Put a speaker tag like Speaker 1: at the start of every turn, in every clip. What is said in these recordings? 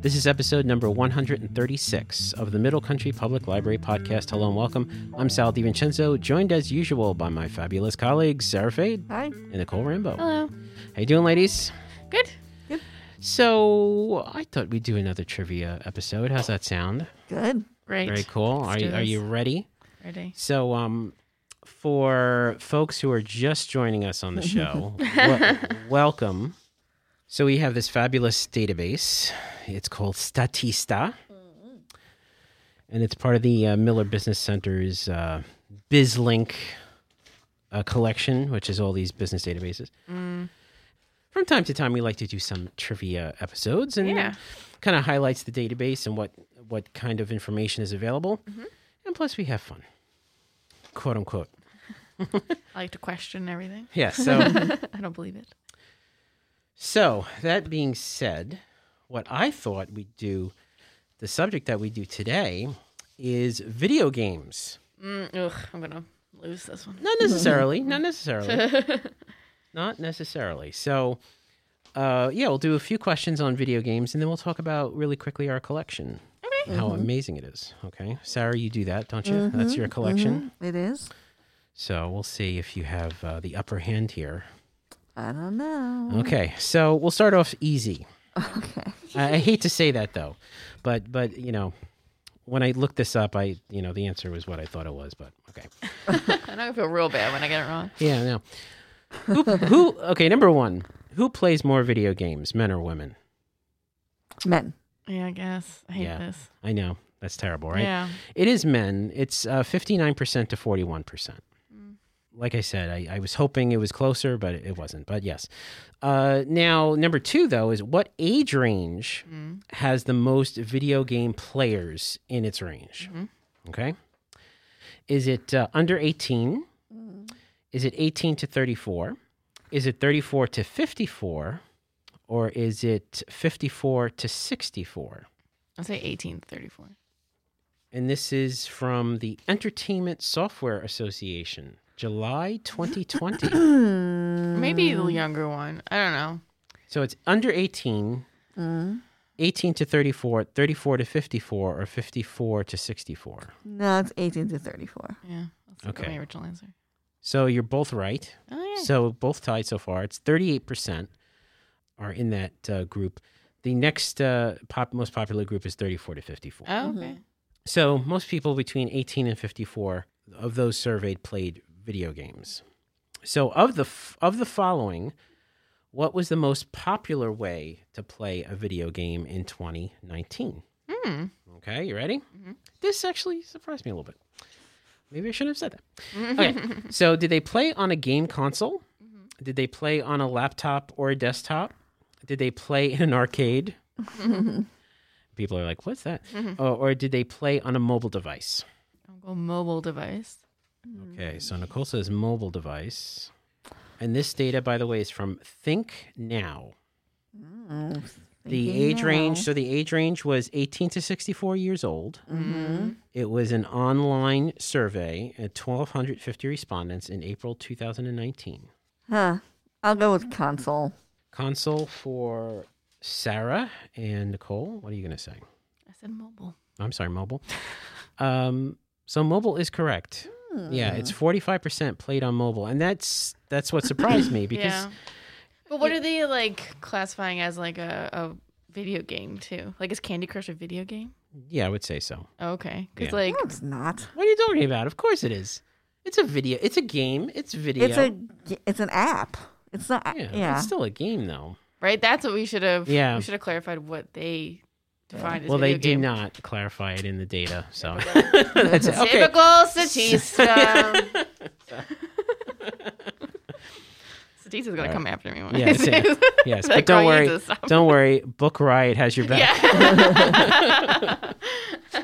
Speaker 1: This is episode number 136 of the Middle Country Public Library podcast. Hello and welcome. I'm Sal DiVincenzo, joined as usual by my fabulous colleagues, Sarah Fade
Speaker 2: Hi.
Speaker 1: and Nicole Rambo.
Speaker 3: Hello.
Speaker 1: How you doing, ladies?
Speaker 3: Good.
Speaker 1: So I thought we'd do another trivia episode. How's that sound?
Speaker 2: Good.
Speaker 3: Right.
Speaker 1: Very cool.
Speaker 3: Let's
Speaker 1: Are
Speaker 3: do
Speaker 1: you, are
Speaker 3: this.
Speaker 1: you ready?
Speaker 3: Ready.
Speaker 1: So, um, for folks who are just joining us on the show, wel- welcome. So we have this fabulous database. It's called Statista, and it's part of the uh, Miller Business Center's uh, BizLink uh, collection, which is all these business databases. Mm. From time to time, we like to do some trivia episodes, and
Speaker 3: Yeah.
Speaker 1: kind of highlights the database and what what kind of information is available. And plus, we have fun, quote unquote.
Speaker 3: I like to question everything.
Speaker 1: Yeah. So,
Speaker 3: I don't believe it.
Speaker 1: so that being said, what I thought we'd do, the subject that we do today is video games.
Speaker 3: Mm, ugh, I'm gonna lose this one.
Speaker 1: Not necessarily. not necessarily. not necessarily. So. Uh, yeah, we'll do a few questions on video games, and then we'll talk about really quickly our collection
Speaker 3: Okay.
Speaker 1: and how amazing it is. Okay, Sarah, you do that, don't you? That's your collection.
Speaker 2: It is.
Speaker 1: So we'll see if you have uh, the upper hand here.
Speaker 2: I don't know.
Speaker 1: Okay, so we'll start off easy.
Speaker 2: Okay.
Speaker 1: I, I hate to say that though, but but you know, when I looked this up, I you know the answer was what I thought it was. But okay,
Speaker 3: I'm not gonna feel real bad when I get it wrong.
Speaker 1: yeah, no. Who, who? Okay, number one. Who plays more video games, men or women?
Speaker 2: Men.
Speaker 3: Yeah, I guess. I hate
Speaker 1: Yeah.
Speaker 3: this.
Speaker 1: I know that's terrible, right?
Speaker 3: Yeah.
Speaker 1: It is men. It's fifty nine percent to forty one percent. Like I said, I, I was hoping it was closer, but it wasn't. But yes. Uh, now, number two though is what age range has the most video game players in its range? Okay, is it uh, under eighteen? Is it eighteen to thirty four? Is it thirty four to fifty four? Or is it 54 to 64?
Speaker 3: I'll say 1834.
Speaker 1: And this is from the Entertainment Software Association, July 2020.
Speaker 3: Maybe
Speaker 2: Mm,
Speaker 3: the younger one. I don't know.
Speaker 1: so it's under 18,
Speaker 2: mm.
Speaker 1: 18 to 34, 34 to 54, or 54 to 64.
Speaker 2: No, it's 18 to 34.
Speaker 3: Yeah. That's okay.
Speaker 1: Okay.
Speaker 3: my original answer.
Speaker 1: So you're both right.
Speaker 3: Oh yeah.
Speaker 1: So both tied so far. It's 38% are in that uh, group. The next uh, pop, most popular group is 34 to 54.
Speaker 3: oh, okay.
Speaker 1: So most people between 18 and 54 of those surveyed played video games. So of the f- of the following, what was the most popular way to play a video game in 2019?
Speaker 3: Hmm.
Speaker 1: Okay, you ready?
Speaker 2: Mm-hmm.
Speaker 1: This actually surprised me a little bit. Maybe I shouldn't have said that.
Speaker 2: Mm-hmm.
Speaker 1: Okay. so did they play on a game console? Did they play on a laptop or a desktop? Did they play in an arcade? People are like, "What's that?"
Speaker 2: Mm-hmm.
Speaker 1: Or- or did they play on a mobile device?
Speaker 3: I'll go mobile device.
Speaker 2: Mm-hmm.
Speaker 1: Okay, so Nicole says mobile device. And this data, by the way, is from Think Now. The
Speaker 2: Mm-hmm. Thinking
Speaker 1: age range,
Speaker 2: now.
Speaker 1: so the age range was 18 to 64 years old.
Speaker 3: Mm.
Speaker 1: It was an online survey at 1,250 respondents in April 2019.
Speaker 2: Huh. I'll go with console.
Speaker 1: Console for Sarah and Nicole. What are you going to say?
Speaker 3: I said mobile.
Speaker 1: I'm sorry, mobile. um, so mobile is correct. Yeah, it's 45% played on mobile. And that's that's what surprised me because
Speaker 3: yeah. But what are they like classifying as like a, a video game too? Like is Candy Crush a video game?
Speaker 1: Yeah, I would say so.
Speaker 3: Oh, okay. Because
Speaker 1: Yeah.
Speaker 3: like
Speaker 2: No, it's not.
Speaker 1: What are you talking about? Of course it is. It's a video. It's a game. It's video.
Speaker 2: It's a. g- It's an app. It's not.
Speaker 1: yeah.
Speaker 2: Yeah.
Speaker 1: It's still a game though.
Speaker 3: Right? That's what we should have.
Speaker 1: Yeah.
Speaker 3: We should have clarified what they defined as
Speaker 1: well, they
Speaker 3: video
Speaker 1: do
Speaker 3: game.
Speaker 1: not clarify it in the data, so that's it. Okay.
Speaker 3: Typical Statista. Statista's gonna
Speaker 1: All right.
Speaker 3: come after me. One
Speaker 1: Yeah, it's it. Yes, but don't worry. Don't worry. Book Riot has your back.
Speaker 3: Yeah.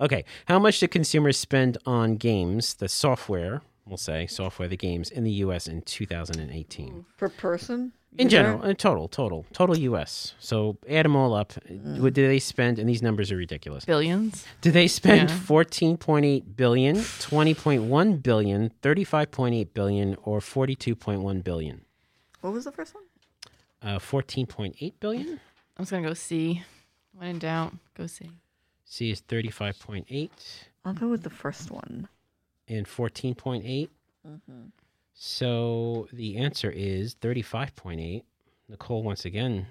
Speaker 1: Okay. How much do consumers spend on games, the software, we'll say, software the games in the U.S. in 2018.
Speaker 2: per person.
Speaker 1: In
Speaker 2: user?
Speaker 1: general, in total, total, total U.S. So add them all up. What did they spend? And these numbers are ridiculous.
Speaker 3: Billions.
Speaker 1: Did they spend
Speaker 3: Yeah.
Speaker 1: 14.8 billion, 20.1 billion, 35.8 billion, or 42.1 billion?
Speaker 2: What was the first one?
Speaker 1: Uh, 14.8 billion.
Speaker 3: I'm just gonna go C. When in doubt, go C.
Speaker 1: C is 35.8
Speaker 2: I'll go with the first one.
Speaker 1: and 14.8. So the answer is 35.8. Nicole once again.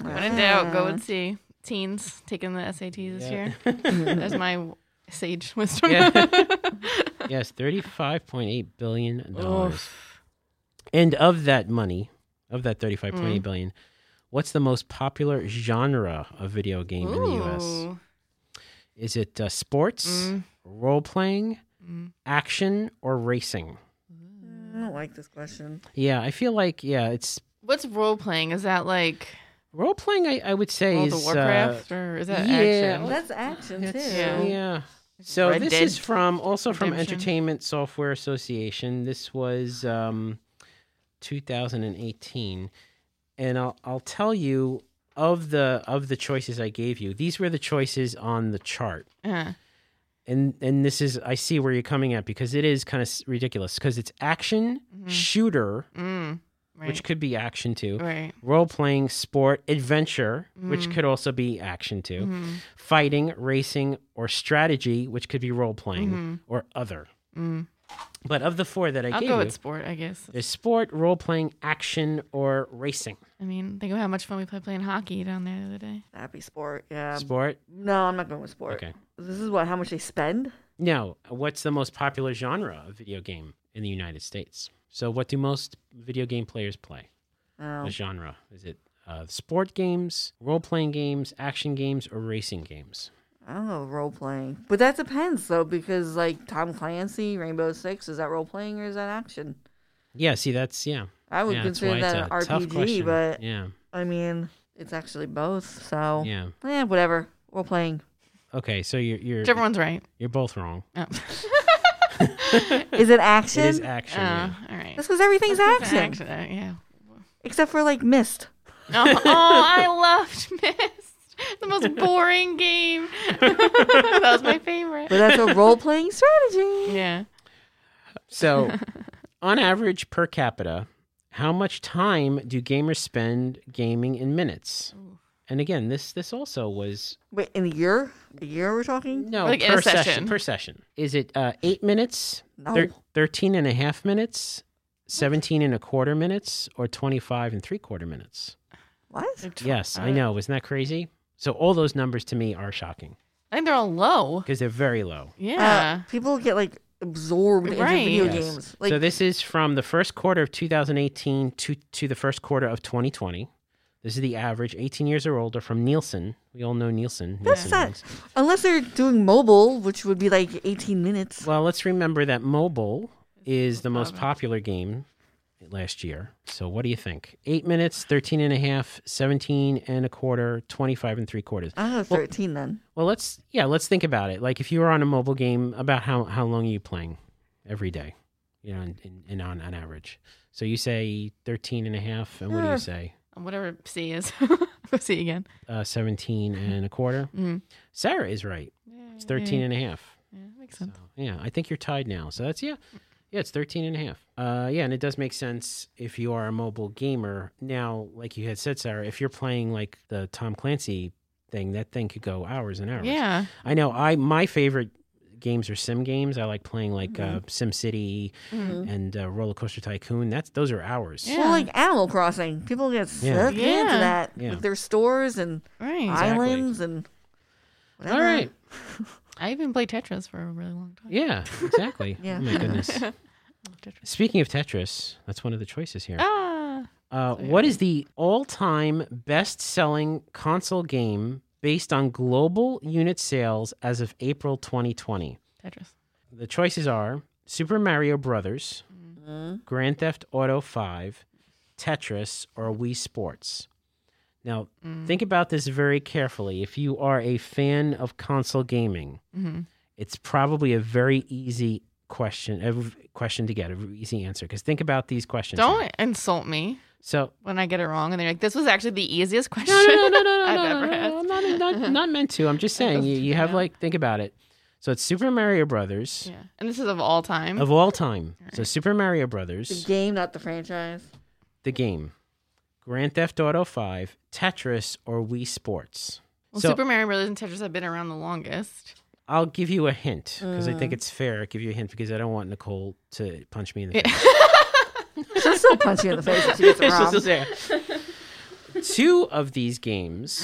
Speaker 3: When in doubt, go with C. Teens taking the SATs this year. That's my sage wisdom.
Speaker 1: Yeah. yes, thirty-five point eight billion dollars. And of that money, of that thirty-five point
Speaker 3: Mm.
Speaker 1: eight billion, what's the most popular genre of video game in the U.S.?
Speaker 3: Ooh.
Speaker 1: Is it uh, sports,
Speaker 3: Mm.
Speaker 1: role playing,
Speaker 3: Mm.
Speaker 1: action, or racing?
Speaker 2: I don't like this question.
Speaker 1: Yeah, I feel like yeah, it's
Speaker 3: What's role playing? Is that like
Speaker 1: role playing. I, I would say
Speaker 3: World
Speaker 1: is
Speaker 3: of
Speaker 1: uh,
Speaker 3: Warcraft or is that
Speaker 1: yeah,
Speaker 3: action?
Speaker 1: well,
Speaker 2: That's action too.
Speaker 1: It's-
Speaker 3: Oh, Yeah.
Speaker 1: Yeah. So
Speaker 3: Red
Speaker 1: this
Speaker 3: Dead
Speaker 1: is from also from
Speaker 3: Redemption.
Speaker 1: Entertainment Software Association. This was um, 2018, and I'll I'll tell you of the of the choices I gave you. These were the choices on the chart,
Speaker 3: Uh,
Speaker 1: and and this is I see where you're coming at because it is kind of ridiculous because it's action shooter,
Speaker 3: mm, Mm-hmm. right.
Speaker 1: which could be action too.
Speaker 3: right.
Speaker 1: Role playing, sport, adventure, which could also be action too
Speaker 3: Mm,
Speaker 1: fighting, racing, or strategy, which could be role playing
Speaker 3: Mhm.
Speaker 1: or other.
Speaker 3: mm.
Speaker 1: But of the four that I
Speaker 3: I'll
Speaker 1: gave
Speaker 3: go
Speaker 1: you,
Speaker 3: with sport, I guess.
Speaker 1: there's sport, role playing, action, or racing.
Speaker 3: I mean, think of how much fun we played playing hockey down there the other day.
Speaker 2: That'd be sport. Yeah.
Speaker 3: Um,
Speaker 1: sport.
Speaker 2: No, I'm not going with sport.
Speaker 1: Okay.
Speaker 2: This is what how much they spend.
Speaker 1: Now, what's the most popular genre of video game in the United States? So, what do most video game players play?
Speaker 2: Oh,
Speaker 1: The genre is it uh, sport games, role playing games, action games, or racing games?
Speaker 2: I don't know role playing, but that depends though because like Tom Clancy, Rainbow Six, is that role playing or is that action?
Speaker 1: Yeah, see, that's yeah.
Speaker 2: I would
Speaker 1: yeah, that's why
Speaker 2: consider
Speaker 1: it's
Speaker 2: that an
Speaker 1: a tough
Speaker 2: RPG,
Speaker 1: question.
Speaker 2: but
Speaker 1: yeah,
Speaker 2: I mean it's actually both. So
Speaker 1: yeah.
Speaker 2: Eh, whatever. Role playing.
Speaker 1: Okay, so you're you're
Speaker 3: Whichever one's right.
Speaker 1: you're both wrong.
Speaker 3: Oh.
Speaker 2: Is it action?
Speaker 1: It is action. yeah.
Speaker 3: Oh, all right.
Speaker 2: That's because everything's
Speaker 3: Let's
Speaker 2: action,
Speaker 3: go to action, Yeah.
Speaker 2: except for like Mist.
Speaker 3: Oh, oh, I loved Mist. The most boring game. that was my favorite.
Speaker 2: But that's a role playing strategy.
Speaker 3: Yeah.
Speaker 1: So, on average per capita, how much time do gamers spend gaming in minutes? And again, this this also was
Speaker 2: Wait, in a year? A year we're talking?
Speaker 1: no
Speaker 3: Like in a
Speaker 1: per session.
Speaker 3: session.
Speaker 1: per session. Is it uh, 8 minutes,
Speaker 2: No.
Speaker 1: 13 and a half minutes, 17 and a quarter minutes or 25 and 3 quarter minutes?
Speaker 2: What?
Speaker 1: Yes, I
Speaker 3: Uh,
Speaker 1: know, isn't that crazy? So all those numbers to me are shocking
Speaker 3: I think they're all low.
Speaker 1: because they're very low.
Speaker 3: Yeah.
Speaker 2: Uh, people get like absorbed into
Speaker 3: Right.
Speaker 2: video
Speaker 1: Yes.
Speaker 2: games. Like
Speaker 1: so this is from the first quarter of 2018 to, to the first quarter of 2020. This is the average 18 years or older from Nielsen. We all know Nielsen.
Speaker 2: that's
Speaker 1: Nielsen
Speaker 2: not
Speaker 1: ratings.
Speaker 2: unless they're doing mobile, which would be like eighteen minutes.
Speaker 1: Well, let's remember that mobile is the most popular game last year. So what do you think? 8 minutes, 13 and a half, 17 and a quarter, 25 and 3 quarters.
Speaker 2: I don't know, thirteen then.
Speaker 1: Well, let's yeah, let's think about it. Like if you were on a mobile game, about how how long are you playing every day? You know, and, and, and on, on average. So you say 13 and a half, and what do
Speaker 2: Yeah.
Speaker 1: you say?
Speaker 3: Whatever C is. go C again.
Speaker 1: Uh, 17 and a quarter.
Speaker 3: Mm.
Speaker 1: Sarah is right. It's
Speaker 3: Mm-hmm.
Speaker 1: 13 and a half.
Speaker 3: Yeah, makes
Speaker 1: So,
Speaker 3: sense.
Speaker 1: yeah, I think you're tied now. So that's, yeah. Yeah, it's 13 and a half. Uh, yeah, and it does make sense if you are a mobile gamer. Now, like you had said, Sarah, if you're playing like the Tom Clancy thing, that thing could go hours and hours.
Speaker 3: Yeah.
Speaker 1: I know. I my favorite games are sim games. I like playing like uh, Sim City and uh, Roller Coaster Tycoon. That's those are hours.
Speaker 3: Yeah.
Speaker 2: Well, like Animal Crossing, people get
Speaker 1: Yeah.
Speaker 2: sucked
Speaker 3: Yeah.
Speaker 2: into that
Speaker 1: Yeah.
Speaker 2: with their stores and
Speaker 3: Right. I,
Speaker 1: Exactly.
Speaker 2: islands and. Whatever.
Speaker 1: All right.
Speaker 3: even played Tetris for a really long time.
Speaker 1: Yeah. Exactly.
Speaker 2: Yeah.
Speaker 1: Oh my goodness.
Speaker 3: I love Tetris.
Speaker 1: Speaking of Tetris, that's one of the choices here.
Speaker 3: Ah.
Speaker 1: Uh, what is the all-time best-selling console game based on global unit sales as of April 2020?
Speaker 3: Tetris.
Speaker 1: The choices are Super Mario Brothers,
Speaker 2: Mm-hmm.
Speaker 1: Grand Theft Auto 5, Tetris, or Wii Sports. Now,
Speaker 3: Mm.
Speaker 1: think about this very carefully. If you are a fan
Speaker 3: Mm-hmm.
Speaker 1: of console gaming, it's probably a very easy question, a v- question to get, an easy answer. Because think about these questions. now.
Speaker 3: Don't insult me
Speaker 1: So
Speaker 3: when I get it wrong, and they're like, "This was actually the easiest question
Speaker 1: no, no, no, no, no,
Speaker 3: I've
Speaker 1: no,
Speaker 3: ever
Speaker 1: no,
Speaker 3: had."
Speaker 1: no, no, I'm not, not, not meant to. I'm just saying you, you have
Speaker 3: Yeah.
Speaker 1: like think about it. So it's Super Mario Brothers
Speaker 3: Yeah, and this is of all time.
Speaker 1: of all time. So Super Mario Brothers.
Speaker 2: The game, not the franchise.
Speaker 1: the game Grand Theft Auto 5, Tetris, or Wii Sports?
Speaker 3: well,
Speaker 1: so
Speaker 3: Super Mario Brothers and Tetris have been around the longest.
Speaker 1: I'll give you a hint because I
Speaker 3: Mm.
Speaker 1: think it's fair. I'll give you a hint because I don't want Nicole to punch me in the
Speaker 3: Yeah.
Speaker 1: face.
Speaker 2: She'll still punch you in the face if she gets it
Speaker 1: It's
Speaker 2: wrong.
Speaker 1: just there. Two of these games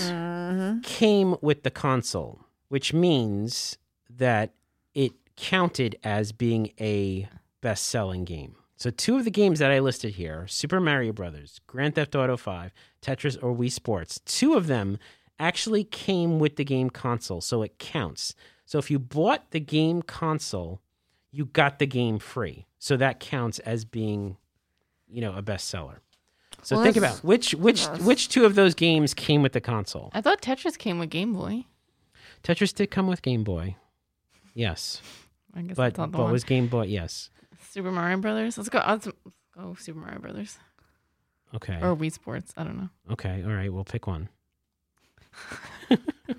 Speaker 1: came with the console, which means that it counted as being a best selling game. So, two of the games that I listed here are Super Mario Brothers, Grand Theft Auto 5, Tetris, or Wii Sports, two of them actually came with the game console, so it counts. So, if you bought the game console, you got the game free. So, that counts as being, you know, a bestseller. So
Speaker 2: Well,
Speaker 1: think
Speaker 2: that's-
Speaker 1: about which which
Speaker 2: Yes.
Speaker 1: which two of those games came with the console.
Speaker 3: I thought Tetris came with Game Boy.
Speaker 1: Tetris did come with Game Boy. Yes.
Speaker 3: I guess
Speaker 1: But
Speaker 3: that's not
Speaker 1: but
Speaker 3: the one.
Speaker 1: was Game Boy? Yes.
Speaker 3: Super Mario Brothers? Let's go. Let's go Super Mario Brothers
Speaker 1: Okay.
Speaker 3: or Wii Sports. I don't know.
Speaker 1: Okay. All right. We'll pick one.
Speaker 3: You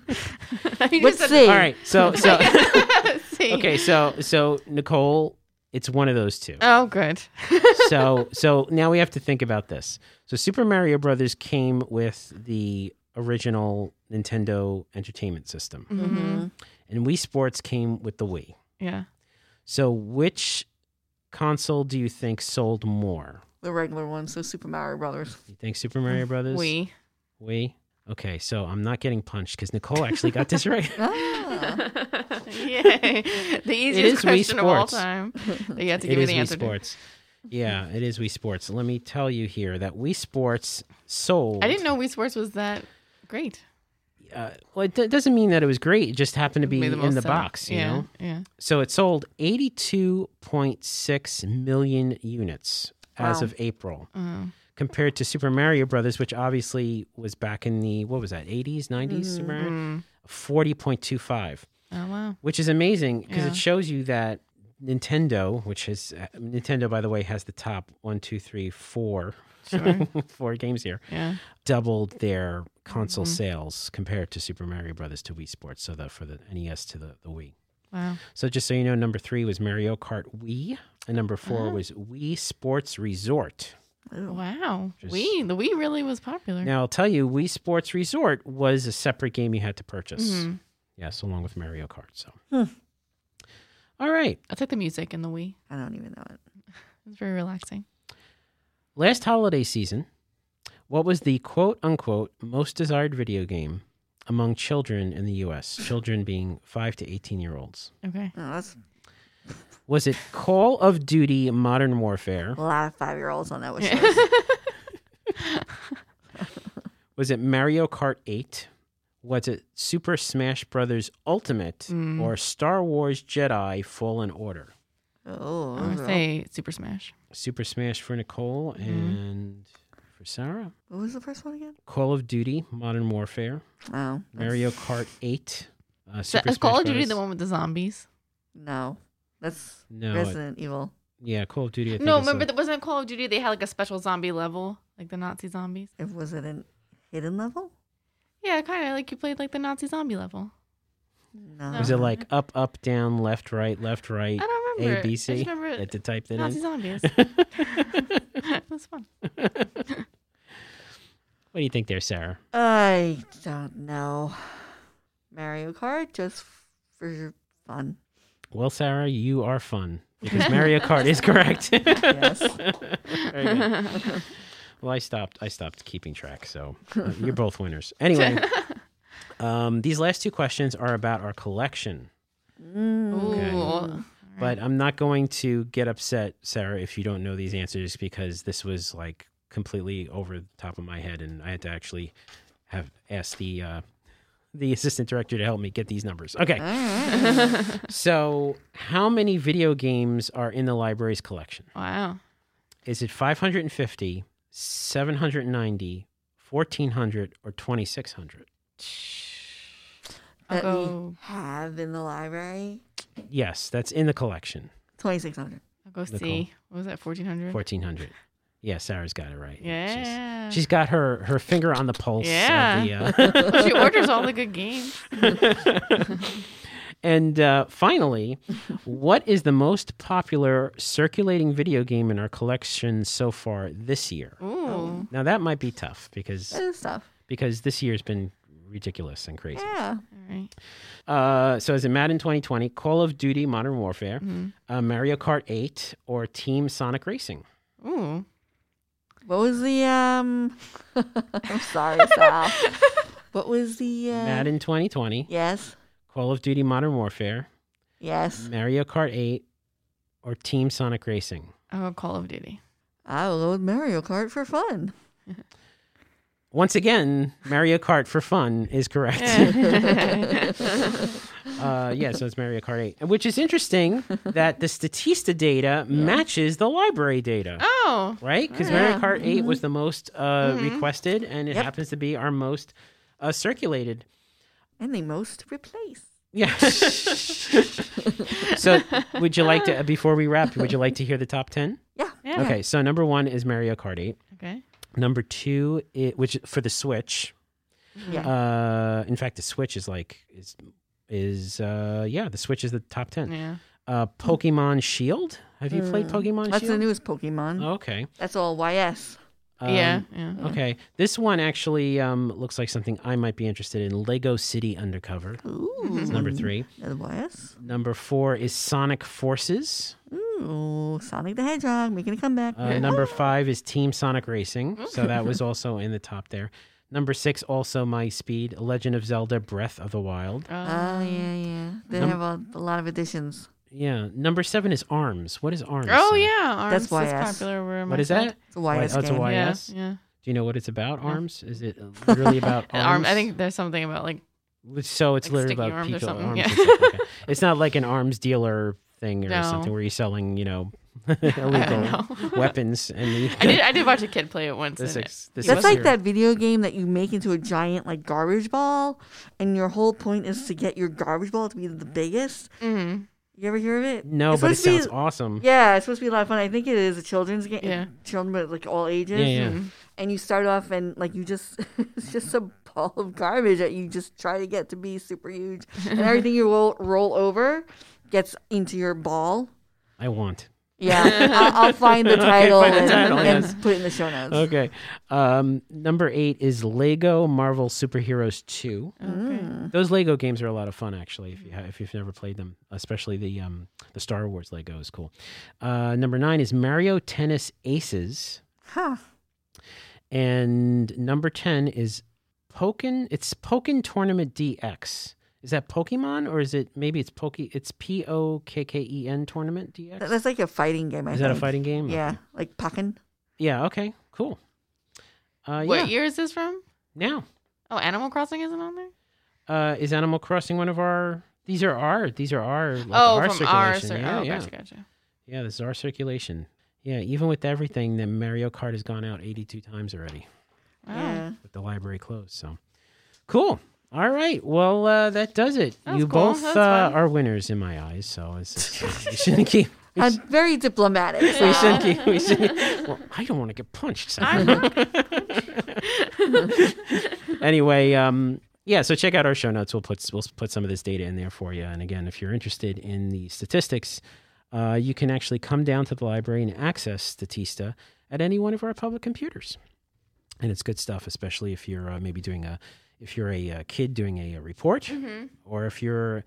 Speaker 2: Let's
Speaker 3: just said-
Speaker 2: see.
Speaker 1: All right. So so
Speaker 3: see.
Speaker 1: okay. So so Nicole, it's one of those two.
Speaker 3: Oh, good.
Speaker 1: so so now we have to think about this. So Super Mario Brothers came with the original Nintendo Entertainment System,
Speaker 3: Mhm.
Speaker 2: Mhm.
Speaker 1: and Wii Sports came with the Wii.
Speaker 3: Yeah.
Speaker 1: So which console do you think sold more?
Speaker 2: The regular one, so Super Mario Brothers.
Speaker 1: You think Super Mario Brothers?
Speaker 3: Mm, Wii.
Speaker 1: Wii. Okay, so I'm not getting punched because Nicole actually got this right.
Speaker 2: Ah.
Speaker 3: Yay. The
Speaker 1: is Wii
Speaker 3: easiest question of all
Speaker 1: Sports.
Speaker 3: time. That you have to
Speaker 1: it
Speaker 3: give me
Speaker 1: is
Speaker 3: the
Speaker 1: Wii
Speaker 3: answer to.
Speaker 1: Sports. Yeah, it is Wii Sports. Let me tell you here that Wii Sports sold.
Speaker 3: I didn't know Wii Sports was that great.
Speaker 1: Uh, well, it d- doesn't mean that it was great. It just happened to be
Speaker 3: Made
Speaker 1: in
Speaker 3: most
Speaker 1: the
Speaker 3: sense.
Speaker 1: box, you
Speaker 3: yeah,
Speaker 1: know.
Speaker 3: Yeah.
Speaker 1: So it sold 82.6 million units as
Speaker 2: Wow.
Speaker 1: of April,
Speaker 3: Oh.
Speaker 1: compared to Super Mario Brothers, which obviously was back in the what was that 80s, 90s, Super Mario?
Speaker 3: Mm.
Speaker 1: 40.25.
Speaker 3: Oh, wow.
Speaker 1: which is amazing because
Speaker 3: Yeah.
Speaker 1: it shows you that Nintendo, which is uh, Nintendo, by the way, has the top one, two, three, four,
Speaker 3: Sure.
Speaker 1: four games here,
Speaker 3: yeah.
Speaker 1: doubled their console sales compared to Super Mario Brothers to Wii Sports. So the for the NES to the, the Wii.
Speaker 3: Wow.
Speaker 1: So just so you know, number three was Mario Kart Wii, and number 4
Speaker 3: Uh-huh.
Speaker 1: was Wii Sports Resort.
Speaker 2: Ew.
Speaker 3: Wow.
Speaker 1: Just-
Speaker 3: Wii. The Wii really was popular.
Speaker 1: Now I'll tell you, Wii Sports Resort was a separate game you had to purchase.
Speaker 3: Mhm.
Speaker 1: Yes, along with Mario Kart. So.
Speaker 2: Hmm.
Speaker 1: All right.
Speaker 3: I took the music in the Wii.
Speaker 2: I don't even know it.
Speaker 3: It's very relaxing.
Speaker 1: Last holiday season, what was the quote unquote most desired video game among children in the US? Children being 5 to 18 year olds.
Speaker 3: Okay.
Speaker 2: No, that's
Speaker 1: Was it Call of Duty Modern Warfare?
Speaker 2: a lot of five year olds on that wish
Speaker 3: Yeah.
Speaker 2: list.
Speaker 1: Was it Mario Kart 8? Was it Super Smash Brothers Ultimate
Speaker 3: Mm.
Speaker 1: or Star Wars Jedi Fallen Order?
Speaker 2: Oh,
Speaker 3: I'm
Speaker 2: those
Speaker 3: gonna
Speaker 2: are all-
Speaker 3: say Super Smash.
Speaker 1: Super Smash for Nicole
Speaker 3: Mhm.
Speaker 1: and for Sarah.
Speaker 2: what was the first one again?
Speaker 1: Call of Duty Modern Warfare,
Speaker 2: Oh,
Speaker 1: Mario Kart 8, uh,
Speaker 3: So,
Speaker 1: Super
Speaker 3: is
Speaker 1: Smash
Speaker 3: Call of Duty
Speaker 1: Brothers-
Speaker 3: the one with the zombies?
Speaker 2: no, that's
Speaker 1: No, it-
Speaker 2: Resident Evil.
Speaker 1: Yeah, Call of Duty. I think
Speaker 3: No,
Speaker 1: is
Speaker 3: remember
Speaker 1: the,
Speaker 3: that wasn't Call of Duty. They had like a special zombie level, like the Nazi zombies.
Speaker 2: If was it a hidden level?
Speaker 3: Yeah, kind of like you played like the Nazi zombie level.
Speaker 2: No.
Speaker 1: was it like up, up, down, left, right, left, right,
Speaker 3: I don't remember.
Speaker 1: A, B, C?
Speaker 3: I just remember
Speaker 1: You had to type that
Speaker 3: Nazi
Speaker 1: in.
Speaker 3: zombies. it was fun.
Speaker 1: What do you think there, Sarah?
Speaker 2: I don't know. Mario Kart just f- for fun.
Speaker 1: Well, Sarah, you are fun because Mario Kart is correct.
Speaker 2: Yes.
Speaker 1: Very good. Well, I stopped. I stopped keeping track. So uh, you're both winners. Anyway, um, these last two questions are about our collection,
Speaker 2: Mm.
Speaker 1: Okay.
Speaker 3: Ooh. all
Speaker 1: but
Speaker 3: right.
Speaker 1: I'm not going to get upset, Sarah, if you don't know these answers because this was like completely over the top of my head, and I had to actually have asked the uh, the assistant director to help me get these numbers. Okay.
Speaker 2: Alright.
Speaker 1: So, how many video games are in the library's collection?
Speaker 3: wow.
Speaker 1: Is it 550, 790, 1400, or 2600?
Speaker 3: I'll
Speaker 2: that
Speaker 3: go.
Speaker 2: we have in the library.
Speaker 1: Yes, that's in the collection.
Speaker 2: Twenty six hundred.
Speaker 3: I'll go
Speaker 1: The
Speaker 3: see. What was that? Fourteen hundred.
Speaker 1: 1400. Yeah, Sarah's got it right. She's-
Speaker 3: Mm. Yeah.
Speaker 1: she's got her, her finger on the pulse.
Speaker 3: Yeah.
Speaker 1: Of the, uh,
Speaker 3: she orders all the good games.
Speaker 1: and uh, finally, what is the most popular circulating video game in our collection so far this year?
Speaker 3: Ooh.
Speaker 1: Now that might be tough because
Speaker 2: That is tough.
Speaker 1: because this year's been ridiculous and crazy.
Speaker 2: Yeah.
Speaker 3: All right.
Speaker 1: Uh, so is it Madden 2020, Call of Duty Modern Warfare,
Speaker 2: Mm-hmm.
Speaker 1: uh, Mario Kart 8, or Team Sonic Racing?
Speaker 3: Ooh.
Speaker 2: What was the um? I'm sorry, Sal. What was the uh,
Speaker 1: Madden 2020,
Speaker 2: Yes.
Speaker 1: Call of Duty Modern Warfare,
Speaker 2: Yes.
Speaker 1: Mario Kart 8, or Team Sonic Racing?
Speaker 3: I'll go Call of Duty.
Speaker 2: I will load Mario Kart for fun.
Speaker 1: Once again, Mario Kart for fun is correct. uh, yeah, so it's Mario Kart 8, which is interesting that the Statista data matches the library data.
Speaker 3: Oh.
Speaker 1: right? Because
Speaker 2: Yeah. Mm-hmm.
Speaker 1: Mario Kart 8 was the most uh, requested, and it
Speaker 2: Yep.
Speaker 1: happens to be our most uh, circulated.
Speaker 2: And they most replace.
Speaker 1: Yeah. so, would you like to, uh, before we wrap, would you like to hear the top 10?
Speaker 2: Yeah.
Speaker 3: Yeah.
Speaker 1: Okay, so number one is Mario Kart 8.
Speaker 3: Okay.
Speaker 1: Number two, it, which for the Switch,
Speaker 2: Yeah.
Speaker 1: uh, in fact, the Switch is like, is, is uh, yeah, the Switch is the top 10.
Speaker 3: Yeah.
Speaker 1: Uh, Pokemon Shield. Have you played Pokemon
Speaker 2: That's the
Speaker 1: Shield?
Speaker 2: newest Pokemon.
Speaker 1: Okay.
Speaker 2: That's all YS.
Speaker 3: yeah.
Speaker 1: Um,
Speaker 3: Yeah.
Speaker 1: Okay, this one actually um, looks like something I might be interested in. Lego City Undercover.
Speaker 2: Ooh.
Speaker 1: That's number
Speaker 2: Mm.
Speaker 1: three.
Speaker 2: Another YS.
Speaker 1: Number four is Sonic Forces.
Speaker 2: Ooh. Sonic the Hedgehog making a comeback.
Speaker 1: Uh, number five is Team Sonic Racing. So that was also in the top there. Number six, also My Speed, Legend of Zelda Breath of the Wild.
Speaker 3: Uh,
Speaker 2: oh yeah, yeah. They
Speaker 1: Num-
Speaker 2: have a, a lot of additions.
Speaker 1: Yeah. Number seven is Arms. What is Arms?
Speaker 3: oh
Speaker 1: Sam?
Speaker 3: yeah. Arms
Speaker 2: That's why I
Speaker 3: is
Speaker 2: asked.
Speaker 3: popular. Where
Speaker 1: What is that?
Speaker 2: It's a YS
Speaker 1: oh, it's a
Speaker 2: game.
Speaker 1: Y-
Speaker 3: Yeah.
Speaker 1: YS?
Speaker 3: Yeah.
Speaker 1: Do you know what it's about, Arms? Is it literally about
Speaker 3: An
Speaker 1: arms?
Speaker 3: Arm. I think there's something about like
Speaker 1: So it's
Speaker 3: like
Speaker 1: literally
Speaker 3: sticky
Speaker 1: about
Speaker 3: arms or
Speaker 1: people.
Speaker 3: something,
Speaker 1: Arms
Speaker 3: yeah.
Speaker 1: and stuff like that. It's not like an arms dealer thing or
Speaker 3: No.
Speaker 1: something where you're selling, you know,
Speaker 3: I don't
Speaker 1: illegal
Speaker 3: know.
Speaker 1: weapons. And the,
Speaker 3: I did. I did watch a kid play it once.
Speaker 1: this
Speaker 3: and
Speaker 1: ex- this
Speaker 2: That's
Speaker 1: is
Speaker 2: like
Speaker 1: your-
Speaker 2: that video game that you make into a giant like garbage ball, and your whole point is to get your garbage ball to be the biggest.
Speaker 3: it, Mhm.
Speaker 2: You ever hear of it?
Speaker 1: No,
Speaker 2: It's
Speaker 1: but it
Speaker 2: supposed to be-
Speaker 1: sounds awesome.
Speaker 2: Yeah, it's supposed to be a lot of fun. I think it is a children's game.
Speaker 3: Yeah.
Speaker 2: Children, but like all ages.
Speaker 1: Yeah, yeah.
Speaker 2: And you start off and like you just, it's just a ball of garbage that you just try to get to be super huge. And everything you roll, roll over gets into your ball.
Speaker 1: I want.
Speaker 2: Yeah. I'll, I'll find the title,
Speaker 1: find the
Speaker 2: and,
Speaker 1: title,
Speaker 2: and
Speaker 1: yes.
Speaker 2: put it in the show notes.
Speaker 1: Okay. Um, number eight is Lego Marvel Superheroes 2.
Speaker 3: Mm-hmm. Okay.
Speaker 1: Those Lego games are a lot of fun, actually, if, you ha- if you've never played them, especially the, um, the Star Wars Lego is cool. Uh, number nine is Mario Tennis Aces.
Speaker 2: Huh.
Speaker 1: And number 10 is Pokin. It's Pokin Tournament DX. Is that Pokemon or is it maybe it's Poke? It's P O K K E N Tournament DX.
Speaker 2: That- That's like a fighting game. I
Speaker 1: is that a
Speaker 2: think.
Speaker 1: fighting game?
Speaker 2: Yeah, like Puckin.
Speaker 1: Yeah. Okay. Cool. Uh, yeah.
Speaker 3: What year is this from?
Speaker 1: Now,
Speaker 3: Oh, Animal Crossing isn't on there.
Speaker 1: uh, is Animal Crossing one of our? These are our. These are our. Like,
Speaker 3: oh,
Speaker 1: our
Speaker 3: from
Speaker 1: circulation.
Speaker 3: our. Cir-
Speaker 1: yeah,
Speaker 3: oh,
Speaker 1: yeah.
Speaker 3: gotcha, gotcha.
Speaker 1: yeah. This is our circulation. Yeah. Even with everything, the Mario Kart has gone out 82 times already.
Speaker 3: Wow.
Speaker 2: Yeah.
Speaker 1: with the library closed. So cool. All right. Well, uh, that does it.
Speaker 3: That was
Speaker 1: you
Speaker 3: cool.
Speaker 1: both
Speaker 3: That was
Speaker 1: uh,
Speaker 3: fun.
Speaker 1: are winners in my eyes. So it's, it's, we shouldn't keep. We,
Speaker 2: I'm
Speaker 1: sh-
Speaker 2: Uh, very diplomatic.
Speaker 1: we
Speaker 2: so-
Speaker 1: shouldn't keep. We shouldn't. Well, I don't want to get punched. so-
Speaker 3: I'm not-
Speaker 1: anyway, um, yeah. So check out our show notes. We'll put we'll put some of this data in there for you. And again, if you're interested in the statistics, uh, you can actually come down to the library and access Statista at any one of our public computers. And it's good stuff, especially if you're uh, maybe doing a if you're a, uh kid doing a, uh report, or if you're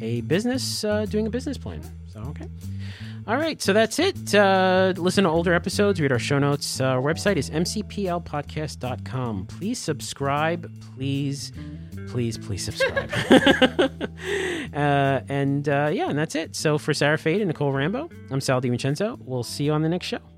Speaker 1: a business uh, doing a business plan. So okay. All right, so that's it. Uh, listen to older episodes, read our show notes. Uh, our website is mcplpodcast.com. Please subscribe. Please, please, please subscribe. uh, and uh, yeah, and that's it. So for Sarah Fade and Nicole Rambo, I'm Sal DiVincenzo. We'll see you on the next show.